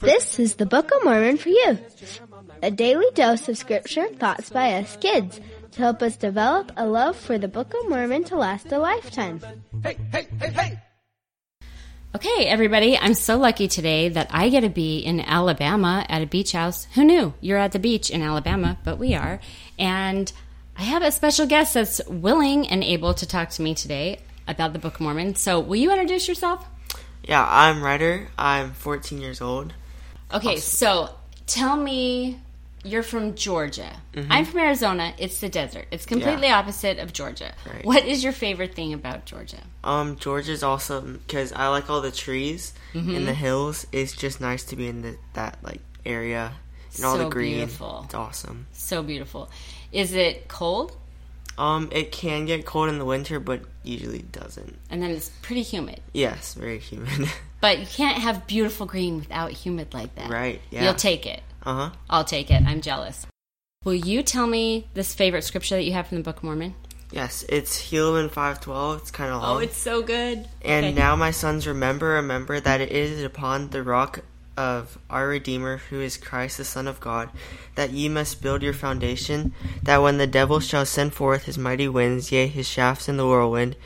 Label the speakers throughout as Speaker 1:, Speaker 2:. Speaker 1: This is the Book of Mormon for you. A daily dose of scripture and thoughts by us kids to help us develop a love for the Book of Mormon to last a lifetime.
Speaker 2: Okay, everybody, I'm so lucky today that I get to be in Alabama at a beach house. Who knew? You're at the beach in Alabama, but we are. And I have a special guest that's willing and able to talk to me today about the Book of Mormon. So, will you introduce yourself?
Speaker 3: Yeah, I'm Ryder. I'm 14 years old.
Speaker 2: Okay, so tell me you're from Georgia. I'm from Arizona. It's the desert. It's completely opposite of Georgia.
Speaker 3: Right.
Speaker 2: What is your favorite thing about Georgia?
Speaker 3: Um, Georgia's awesome because I like all the trees
Speaker 2: Mm-hmm.
Speaker 3: and the hills. It's just nice to be in the, that like area and all
Speaker 2: So
Speaker 3: the green.
Speaker 2: beautiful.
Speaker 3: It's awesome.
Speaker 2: So beautiful. Is it cold?
Speaker 3: Um, it can get cold in the winter, but usually doesn't.
Speaker 2: And then it's pretty humid.
Speaker 3: Yes, very humid.
Speaker 2: But you can't have beautiful green without humid like that.
Speaker 3: Right, yeah.
Speaker 2: You'll take it.
Speaker 3: uh huh.
Speaker 2: I'll take it. I'm jealous. Will you tell me this favorite scripture that you have from the Book of Mormon?
Speaker 3: Yes, it's Helaman 512. It's kind of long.
Speaker 2: Oh, so good.
Speaker 3: Um, And
Speaker 2: Okay.
Speaker 3: now, my sons, remember, remember that it is upon the rock of our Redeemer, who is Christ the Son of God, that ye must build your foundation, that when the devil shall send forth his mighty winds, yea, his shafts in the whirlwind,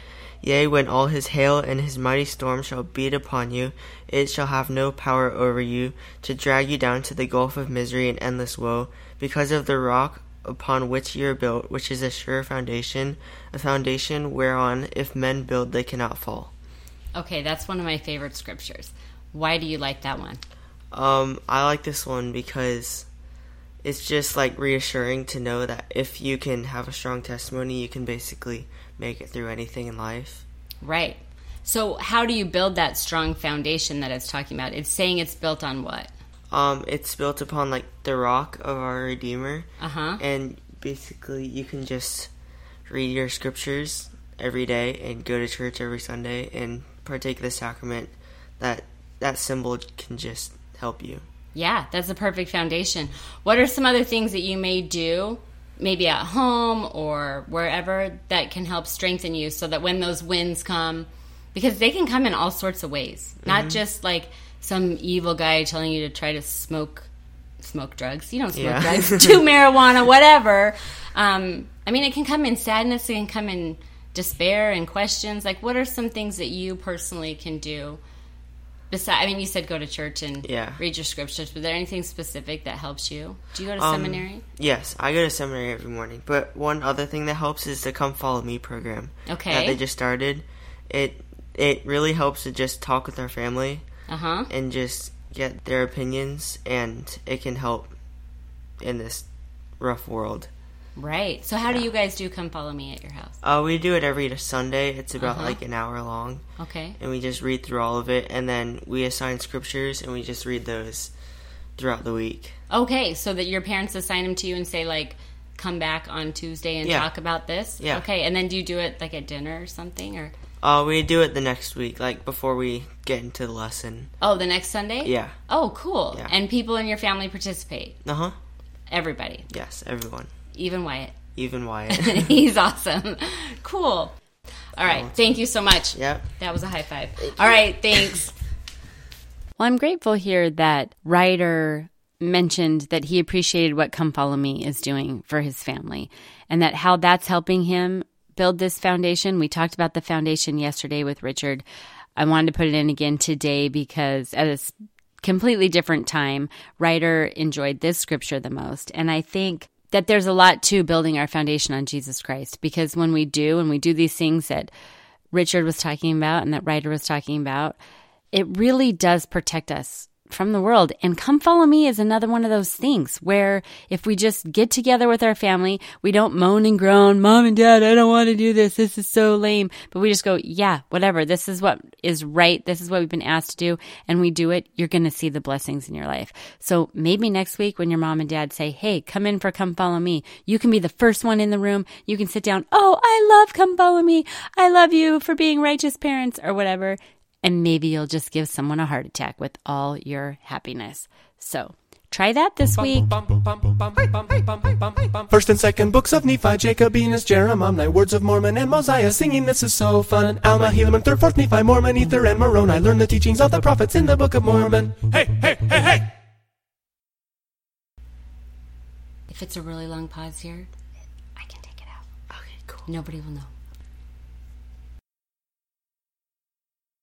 Speaker 3: yea, when all his hail and his mighty storm shall beat upon you, it shall have no power over you to drag you down to the gulf of misery and endless woe, because of the rock upon which ye are built, which is a sure foundation, a foundation whereon if men build they cannot fall.
Speaker 2: Okay, that's one of my favorite scriptures. Why do you like that one?
Speaker 3: Um, I like this one because it's just like reassuring to know that if you can have a strong testimony, you can basically make it through anything in life.
Speaker 2: Right. So, how do you build that strong foundation that it's talking about? It's saying it's built on what?
Speaker 3: Um, it's built upon like the rock of our Redeemer,
Speaker 2: Uh huh.
Speaker 3: and basically you can just read your scriptures every day and go to church every Sunday and partake of the sacrament. That that symbol can just help you.
Speaker 2: Yeah, that's the perfect foundation. What are some other things that you may do, maybe at home or wherever, that can help strengthen you so that when those winds come, because they can come in all sorts of ways, not just like some evil guy telling you to try to smoke smoke drugs. You don't smoke
Speaker 3: Yeah.
Speaker 2: drugs, do marijuana, whatever. Um, I mean, it can come in sadness, it can come in despair and questions. Like, what are some things that you personally can do? Besides, I mean, you said go to church and
Speaker 3: Yeah.
Speaker 2: read your scriptures. Was there anything specific that helps you? Do you go to
Speaker 3: Um,
Speaker 2: seminary?
Speaker 3: Yes, I go to seminary every morning. But one other thing that helps is the Come Follow Me program that
Speaker 2: Okay.
Speaker 3: they just started. It it really helps to just talk with our family
Speaker 2: Uh huh.
Speaker 3: and just get their opinions, and it can help in this rough world.
Speaker 2: Right. So, how do you guys do come follow me at your house?
Speaker 3: Uh, we do it every Sunday. It's about
Speaker 2: Uh-huh.
Speaker 3: like an hour long,
Speaker 2: Okay.
Speaker 3: and we just read through all of it, and then we assign scriptures, and we just read those throughout the week.
Speaker 2: Okay. So that your parents assign them to you and say, like, come back on Tuesday and
Speaker 3: Yeah.
Speaker 2: talk about this?
Speaker 3: Yeah.
Speaker 2: Okay. And then do you do it like at dinner or something? Or,
Speaker 3: Uh, we do it the next week, like before we get into the lesson.
Speaker 2: oh, the next Sunday?
Speaker 3: Yeah.
Speaker 2: Oh, cool.
Speaker 3: Yeah.
Speaker 2: And people in your family participate.
Speaker 3: Uh huh.
Speaker 2: Everybody,
Speaker 3: Yes, everyone,
Speaker 2: even Wyatt.
Speaker 3: even Wyatt.
Speaker 2: He's awesome. Cool. All right. Thank you so much.
Speaker 3: yep.
Speaker 2: That was a high five. All right, thanks.
Speaker 4: Well, I'm grateful here that Ryder mentioned that he appreciated what Come Follow Me is doing for his family and that how that's helping him build this foundation. We talked about the foundation yesterday with Richard. I wanted to put it in again today because at a s- completely different time, Ryder enjoyed this scripture the most. And I think that there's a lot to building our foundation on Jesus Christ because when we do, and we do these things that Richard was talking about and that Ryder was talking about, it really does protect us from the world. And Come Follow Me is another one of those things where if we just get together with our family, we don't moan and groan, Mom and Dad, I don't want to do this. This is so lame. But we just go, Yeah, whatever. This is what is right. This is what we've been asked to do. And we do it. You're going to see the blessings in your life. So maybe next week when your mom and dad say, Hey, come in for Come Follow Me, you can be the first one in the room. You can sit down. Oh, I love Come Follow Me. I love you for being righteous parents or whatever and maybe you'll just give someone a heart attack with all your happiness. So, Try that this week.
Speaker 5: First and second books of Nephi, Jacobeanus, Jeremiah, Words of Mormon, and Mosiah. Singing this is so fun. Alma, Helaman, third, fourth Nephi, Mormon, Ether, and Moroni. Learn the teachings of the prophets in the Book of Mormon. Hey, hey, hey, hey!
Speaker 2: If it's a really long pause here, I can take it out.
Speaker 3: Okay, cool.
Speaker 2: Nobody will know.